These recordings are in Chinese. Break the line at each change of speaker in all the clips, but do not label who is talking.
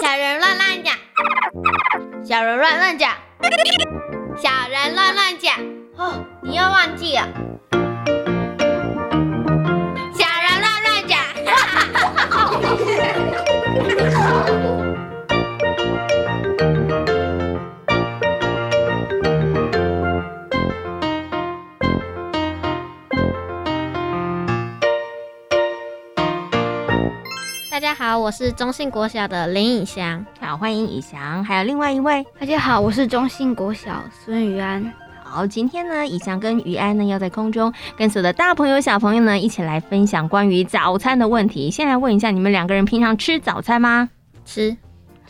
小人乱乱讲，小人乱乱讲，小人乱乱讲。哦，你又忘记了。小人乱乱讲，
大家好，我是中信国小的林以翔。
好，欢迎以翔，还有另外一位。
大家好，我是中信国小孙宇安。
好，今天呢，以翔跟于安呢要在空中跟所有的大朋友、小朋友呢一起来分享关于早餐的问题。先来问一下，你们两个人平常吃早餐吗？
吃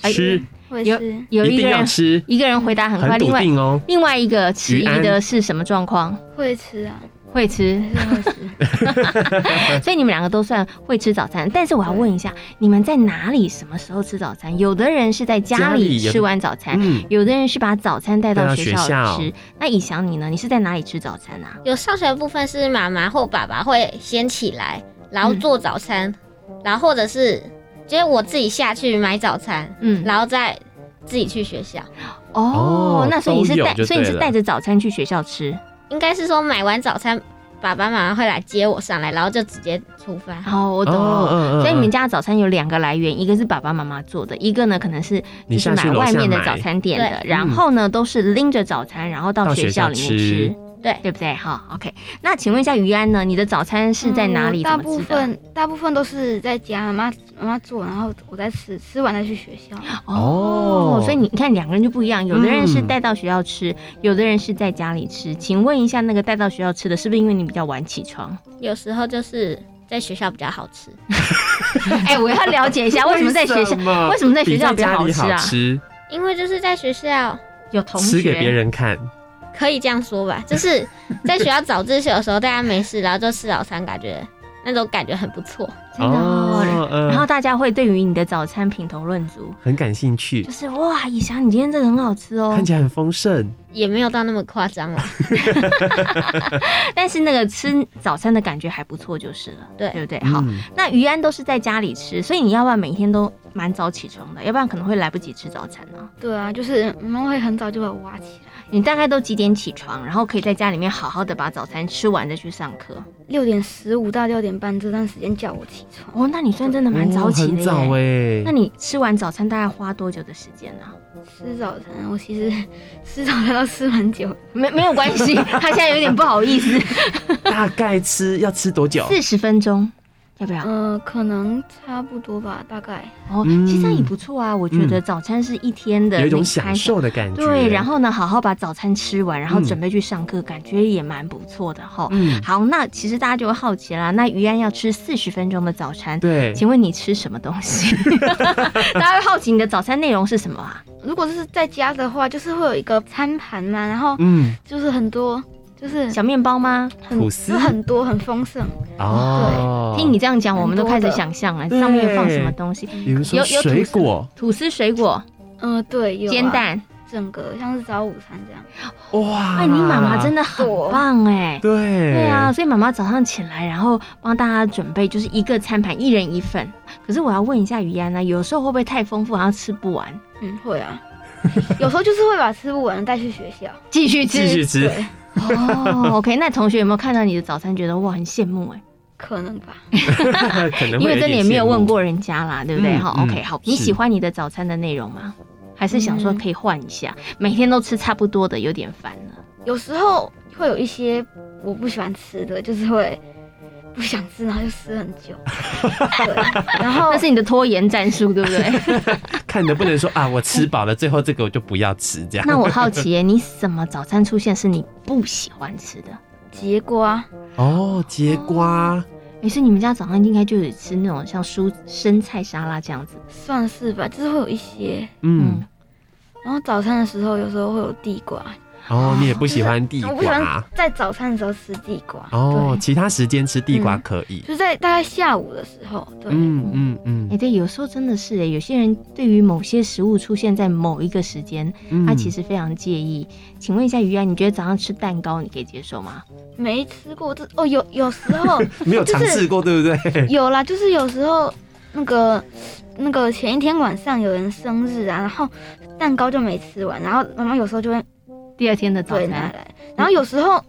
哎
吃，
我也是
有
一
一个
定要
人
吃，
一个人回答很快，
很
另
笃
外
定哦。
另外一个迟疑
于安
的是什么状况？
会吃啊，
会吃，
还是会吃。
哎
所以你们两个都算会吃早餐。但是我要问一下，你们在哪里、什么时候吃早餐？有的人是在家
家
里
里有
吃完早餐，
嗯，
有的人是把早餐带
带
到
到
学
学
校
校
吃。那以翔你呢？你是在哪里吃早餐啊？
有上学的部分是妈妈或爸爸会先起来，然后
嗯
做早餐，
嗯
然后或者是就是我自己下去买早餐，
嗯，
然后再自己去学校。
哦
哦，
那所以你是
都有
带，
就
所以你是
对了
带着早餐去学校吃。
应该是说买完早餐，爸爸妈妈会来接我上来，然后就直接出发。
哦，我懂
哦
了。
嗯嗯
所以你们
嗯
家的早餐有两个来源，一个是爸爸妈妈做的，一个呢可能是就
你
是
下去
买
楼
外
下
面的
买
早餐店的，
对
然后呢都是拎着早餐，然后到
到
学
学
校
校
里面
吃
吃，
对
对不对？哈，OK。那请问一下于安呢，你的早餐 是在哪里？
嗯我大
怎
部
么吃的？
分大部分都是在家，妈妈妈妈做，然后我再吃，吃完再去学校。
哦
哦，
所以你看两个人就不一样，有的人是
嗯
带到学校吃，有的人是在家里吃。请问一下，那个带到学校吃的，是不是因为你比较晚起 床？
有时候就是在学校比较好吃，
哎，我要了解一下，为什么在学校
么
为什么在学
比
校
在
比较
家
好
里
吃
好
啊？
吃？
因为就是在学校
有同
吃给别
学
人看，
可以这样说吧，就是在学校早自习的时候，大家没事，然后就吃早餐，感觉那种感觉很不错。
真的哦
嗯
然后大家会对于你的早餐品头论足，
很感兴趣
就，是哇，以翔，你今天这个很好吃哦
看。起来很丰盛，
也没有到那么夸张啦。
但是那个吃早餐的感觉还不错，就是了，
对
对不对？好，
嗯
那于安都是在家里吃，所以你要不然每天都蛮早起床的，要不然可能会来不及吃早餐呢。
对啊，就是妈妈会很早就把我挖起来，
你大概都几点起床，然后可以在家里面好好的把早餐吃完再去上课？
六点十五到六点半这段时间叫我起床。
哦，那你算真的蛮早起
哦
的
很早
耶。
哎
那。你吃完早餐大概花多久的时间呢、
吃早餐，我其实 吃早餐都吃蛮久，
没没有关系， 他现在有点不好意 思。
大概吃要吃多久？
四十分钟，要不要？
呃，可能差不多吧，大概。
哦，
嗯
其实这样也不错啊。我觉得早餐是一天的
有一种
离开
享。受的感觉。
对，然后呢，好好把早餐吃完，然后
嗯
准备去上课，感觉也蛮不错的哈。
嗯，
好，那其实大家就会好奇啦，那于安要吃四十分钟的早餐，
对，
请问你吃什么东 西？大家会好奇你的早餐内容是什么啊？
如果是在家的话，就是会有一个餐盘嘛，然后
嗯，
就是很多，就是
小面包吗？
很
吐
就
司
很多很丰盛。
哦，
听你这样讲，我们都
蛮
开
多的
始想象了，
对
上面放什么东西？
比如说
有有吐司
水果，
吐司、水果、
嗯、对，有啊
煎，蛋。
整个像是早午餐这样。
哇，
哎，你妈妈真
的
的很棒哎。
对，
对啊，，所以妈妈早上起来，然后帮大家准备就是一个餐盘，一人一份。可是我要问一下于安呢，有时候会不会太丰富，然后吃不完，
嗯，会啊， 有时候就是会把吃不完的带去学校。
继续
继续
吃？
吃，
哦，OK，那同学有没有看到你的早餐，觉得哇很羡 慕哎？
可能吧，
可能会
因为真的也
点
没有
羡慕
问，过人家啦，对不对？
嗯
哈、
嗯
o k 好，你
是
喜欢你的早餐的内容吗？还是想说可以换一下，每天都吃差不多的，有点烦了。
有时候会有一些我不喜欢吃的，就是会不想吃，然后就吃很 久。对，然后
那是你的拖延战术，对不对？
看能不能说啊，我吃饱了，最后这个我就不要吃这样。
那我好奇耶，你什么早餐出现是你不喜欢吃的？
结瓜，
哦，节瓜，
于是你们家早上应该就有吃那种像蔬生菜沙拉这样子。
算是吧，就是会有一些。
嗯，
然后早餐的时候，有时候会有地瓜，
哦，你也不喜欢地
我不喜欢
瓜，啊
在早餐的时候吃地瓜。
哦，
对，
其他时间吃地瓜可以，
就是在大概下午的时候，对，
嗯嗯嗯
哎、，对，有时候真的是哎，有些人对于某些食物出现在某一个时间，
嗯
哎他其实非常介意。请问一下于安，你觉得早上吃蛋糕你可以接受吗？
没吃过这哦，有有时候
没有尝试过，对不对？
有啦，就是有时候那个那个前一天晚上有人生日啊，然后蛋糕就没吃完，然后妈妈有时候就会
第二天的早
对拿
餐，
来，
嗯
然后有时候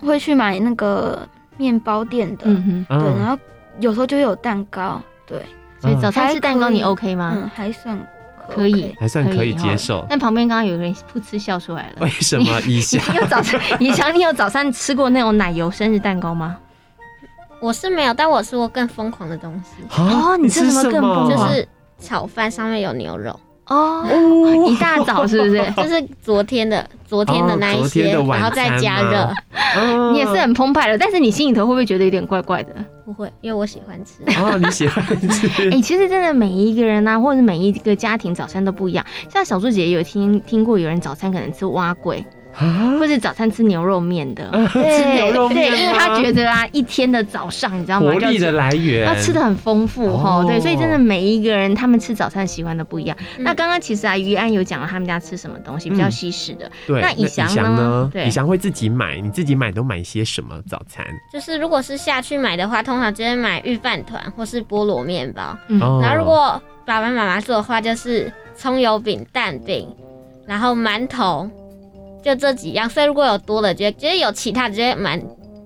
会去买那个面包店的，
嗯哼，
对，然
嗯，
后有时候就会有蛋糕，对，
所以早餐吃蛋糕你
还可以
OK 吗？
嗯，还算
可以，
还算啊可以接
哦
受。
但旁边刚刚有个人噗嗤笑出来了
为。什么以下
你有早餐？以前你有早餐吃过那种奶油生日蛋糕吗？
我是没有，但我吃过更疯狂的东西，
啊
哦你吃
吃
什么更
么
不
就
好
是炒饭上面有牛肉，
哦，一大早是不 是？
就是昨天的昨天的那
哦
一
昨
些，
天的晚
然后
餐
再加
吗
热，
哦
你也是很澎湃的，但是你心里头会不会觉得有点怪怪的？
不会，因为我喜欢吃。
哦，你喜欢 吃
哎、其实真的每一个人呐、啊或者是每一个家庭早餐都不一样。像小猪姐也有听听过有人早餐可能吃蛙桂，
啊？
或者早餐吃牛肉面的，吃
嗯牛肉面
对，因为
吗
他觉得啊，一天的早上你知道吗？
活力的来源，
他吃的很丰富哈、
哦
对，所以真的每一个人他们吃早餐喜欢的不一样。那刚刚其实啊，于安有讲了他们家吃什么东西比较
嗯
西式的，
对。
那
那
以翔
翔
呢
呢？
对
以翔会自己买，你自己买都买些什么早餐？
就是如果是下去买的话，通常就会买御饭团或是菠萝面包。
嗯
哦
然后如果爸爸妈妈做的话，就是葱油饼、蛋饼，然后馒头，就这几样。所以如果有多的，觉得觉得有其他，觉得蛮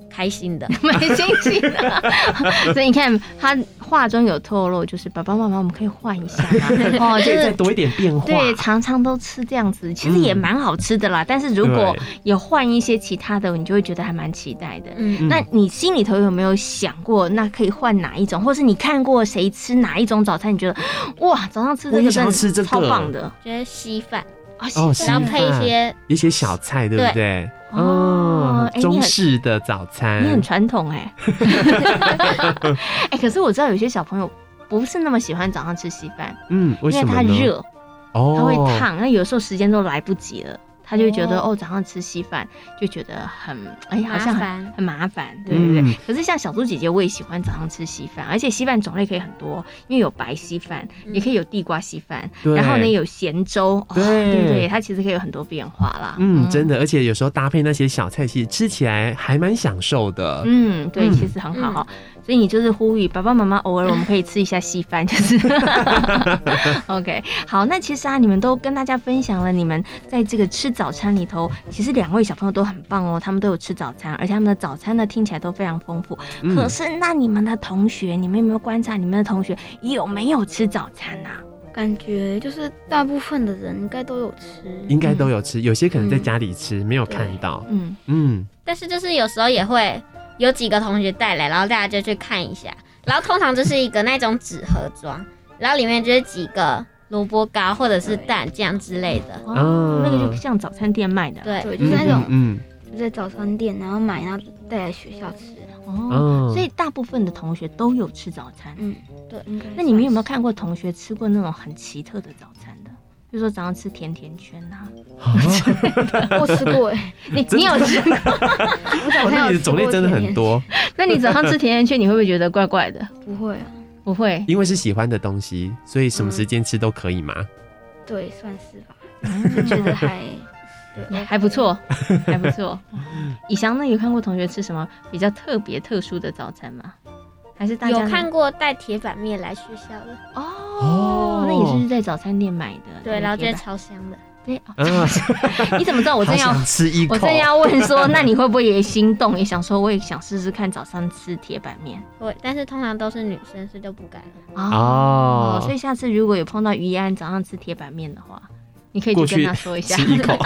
开心的。
蛮新奇的。 所以你看他话中有透露，就是爸爸妈妈我们可以换一下 吗？哦，就
可以再
是
多一点变化，
对，常常都吃这样子，其实也蛮好吃的啦。但是如果有换一些其他的，你就会觉得还蛮期待的。
嗯，
嗯
那你心里头有没有想过，那可以换哪一种，或是你看过谁吃哪一种早餐？你觉得哇，早上吃这
我
个
也
真
想
的
吃这个
超棒的
觉得稀饭，
啊！
哦，
是
稀
然后配一
饭
些
一些小菜，对不对？
哦
哦
哎你，
中
很
式的早餐，
你很传统 哎、哎、可是我知道有些小朋友不是那么喜欢早上吃稀饭，
嗯，为
因为
什么
它
呢？
热，
哦，
它会烫，那有时候时间都来不及了，他就会觉得哦早上吃稀饭就觉得很哎、好
麻
像很
烦。
很麻烦，对不对？
嗯
可是像小猪姐姐，我也喜欢早上吃稀饭，而且稀饭种类可以很多，因为有白稀饭，
嗯
也可以有地瓜稀饭，
对
然后呢有咸粥，哦、
对
对不对？它其实可以有很多变化啦。
嗯，真的，而且有时候搭配那些小菜，其实吃起来还蛮享受的。
嗯，对，
嗯
其实很好哈、所以你就是呼吁爸爸妈妈偶尔我们可以吃一下稀饭，就是 OK。好，那其实啊，你们都跟大家分享了你们在这个吃早餐里头，其实两位小朋友都很棒哦，他们都有吃早餐，而且他们的早餐呢听起来都非常丰富。
嗯
可是那你们的同学，你们有没有观察你们的同学有没有吃早餐啊呐、
感觉就是大部分的人应该都有吃，
应该都有吃，有些可能在家里吃，没有看到。
嗯，
嗯，
但是就是有时候也会有几个同学带来，然后大家就去看一下。然后通常就是一个那种纸盒装，然后里面就是几个萝卜糕或者是蛋酱之类的。
哦，
啊
那个就像早餐店卖的，，
对，
对，就是那种
嗯
就在早餐店，然后买，然后带来学校吃。
嗯
哦，
嗯
所以大部分的同学都有吃早餐。
嗯，对，应该。
那你们有没有？看过同学吃过那种很奇特的早餐的？比如说早上吃甜甜圈 啊，
我吃过哎，
你你有吃？
我早
哦，那
餐
你
有
的
吃
种类
过
真的
甜
很
点，
多，
那你早上吃甜甜圈，你会不会觉得怪怪的？
不会啊，
不会，
因为是喜欢的东西，所以什么时间吃都可以嘛。
对，算是 吧，就觉得还 对
还不。错，还不错。以翔呢，有看过同学吃什么比较特别特殊的早餐吗？还是大家
有看过带铁板面来学校的，
哦
哦？
那也是在早餐店买的，
对，然后觉
铁
得
板
超香的。
对。哦
啊，
你怎么知道我
好
正要
想吃一口，
我正要问说， 那你会不会也心动，也想说我也想试试看早上吃铁板面
对，但是通常都是女生，所以就不敢了。
嗯
哦
所以下次如果有碰到于安早上吃铁板面的话，你可以
过
去跟
去
他说一下
吃。一口。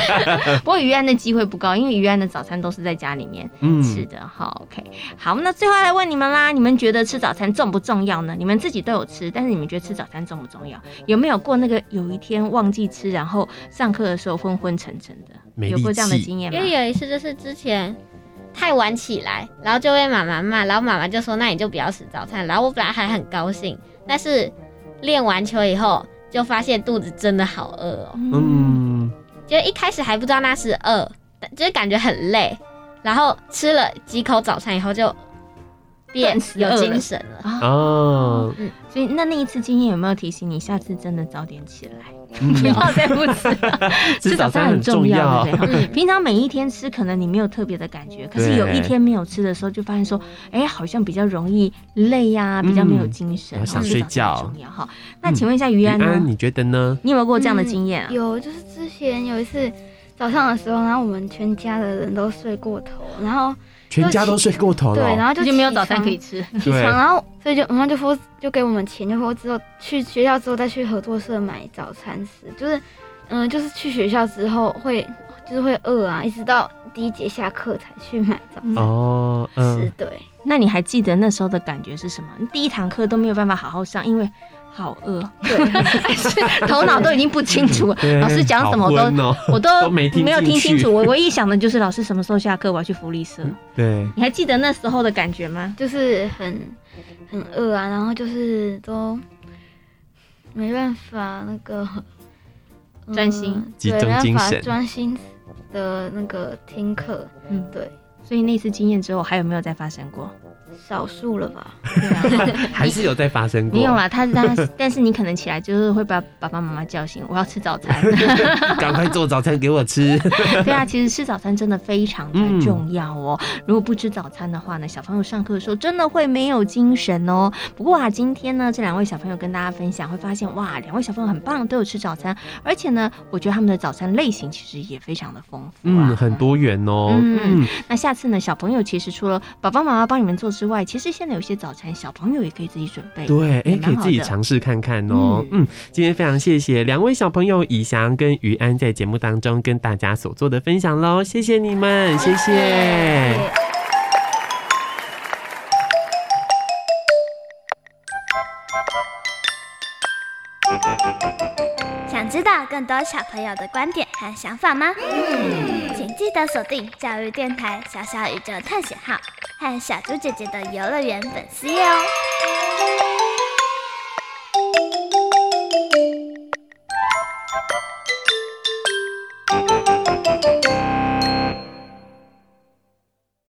不过于安的机会不高，因为于安的早餐都是在家里面
嗯
吃的。好，OK，好，那最后来问你们啦，你们觉得吃早餐重不重要呢？你们自己都有吃，但是你们觉得吃早餐重不重要？有没有过那个有一天忘记吃，然后上课的时候昏昏沉沉的，
没
有过这样的
力气
经验吗
因？为有一次就是之前太晚起来，然后就被妈妈骂，然后妈妈就说：“那你就不要吃早餐。”然后我本来还很高兴，但是练完球以后就发现肚子真的好饿哦，
嗯，
嗯，
就一开始还不知道那是饿，但就是感觉很累，然后吃了几口早餐以后就变
顿时
有
饿
精
了
神了。
啊，
哦，
所以那那一次经验有没有提醒你下次真的早点起来， 不要再不吃了？
吃嗯早餐很重要啊
对不啊对
嗯
平常每一天吃可能你没有特别的感觉，可是有一天没有吃的时候，就发现说，哎，好像比较容易累呀、比较没有精神，
嗯
哦
想睡
吃
觉
早餐很重要哈。那请问一下于安
安
呢？
安，你觉得呢？
你有没有过这样的经验啊？
有，就是之前有一次早上的时候，然后我们全家的人都睡过头，然后
全家都睡过头
对，然
了，
后就
就没有早
起床
餐可以吃，
起床，
哦对
然后所以就妈妈就说就给我们钱，就说之后去学校之后再去合作社买早餐吃，就是嗯、就是去学校之后会就是会饿啊，一直到第一节下课才去买早餐
哦，
吃
嗯，，
对，
那你还记得那时候的感觉是什么？你第一堂课都没有办法好好上，因为好 饿，对，头脑都已经不清楚了，
对
老师讲什么我
好昏
都
哦
我都
都没听
没有
进
听
去
清楚。我唯一想的就是老师什么时候下课，我要去福利社。
嗯对，
你还记得那时候的感觉吗？
就是很很饿啊，然后就是都没办法那个 嗯
专心
集
对
中
没办
精
法
神
专心的那个听课，
嗯
对，
所以那次经验之后，还有没有再发生 过？啊
少数了吧，
还是有在发生过，
没有啊啦，他他， 但是你可能起来就是会把爸爸妈妈叫醒，我要吃早 餐。
赶快做早餐给 我吃。
对啊，其实吃早餐真的非常的重要哦。如果不吃早餐的话呢，小朋友上课的时候真的会没有精神哦。不过啊，今天呢，这两位小朋友跟大家分享，会发现哇，两位小朋友很棒，都有吃早餐，而且呢，我觉得他们的早餐类型其实也非常的丰富啊。
嗯，很多元哦。
嗯
嗯，
那下次呢，小朋友其实除了爸爸妈妈帮你们做之外，其实现在有些早餐小朋友也可以自己准备。
对，哎，
也蛮
可以
好
自己
的
尝试看看哦。
嗯
嗯，今天非常谢谢两位小朋友以翔跟于安在节目当中跟大家所做的分享喽，谢谢你们，谢谢。
想知道更多小朋友的观点和想法吗？请记得锁定教育电台《小小宇宙探险号》和小猪姐姐的游乐园粉丝页哦。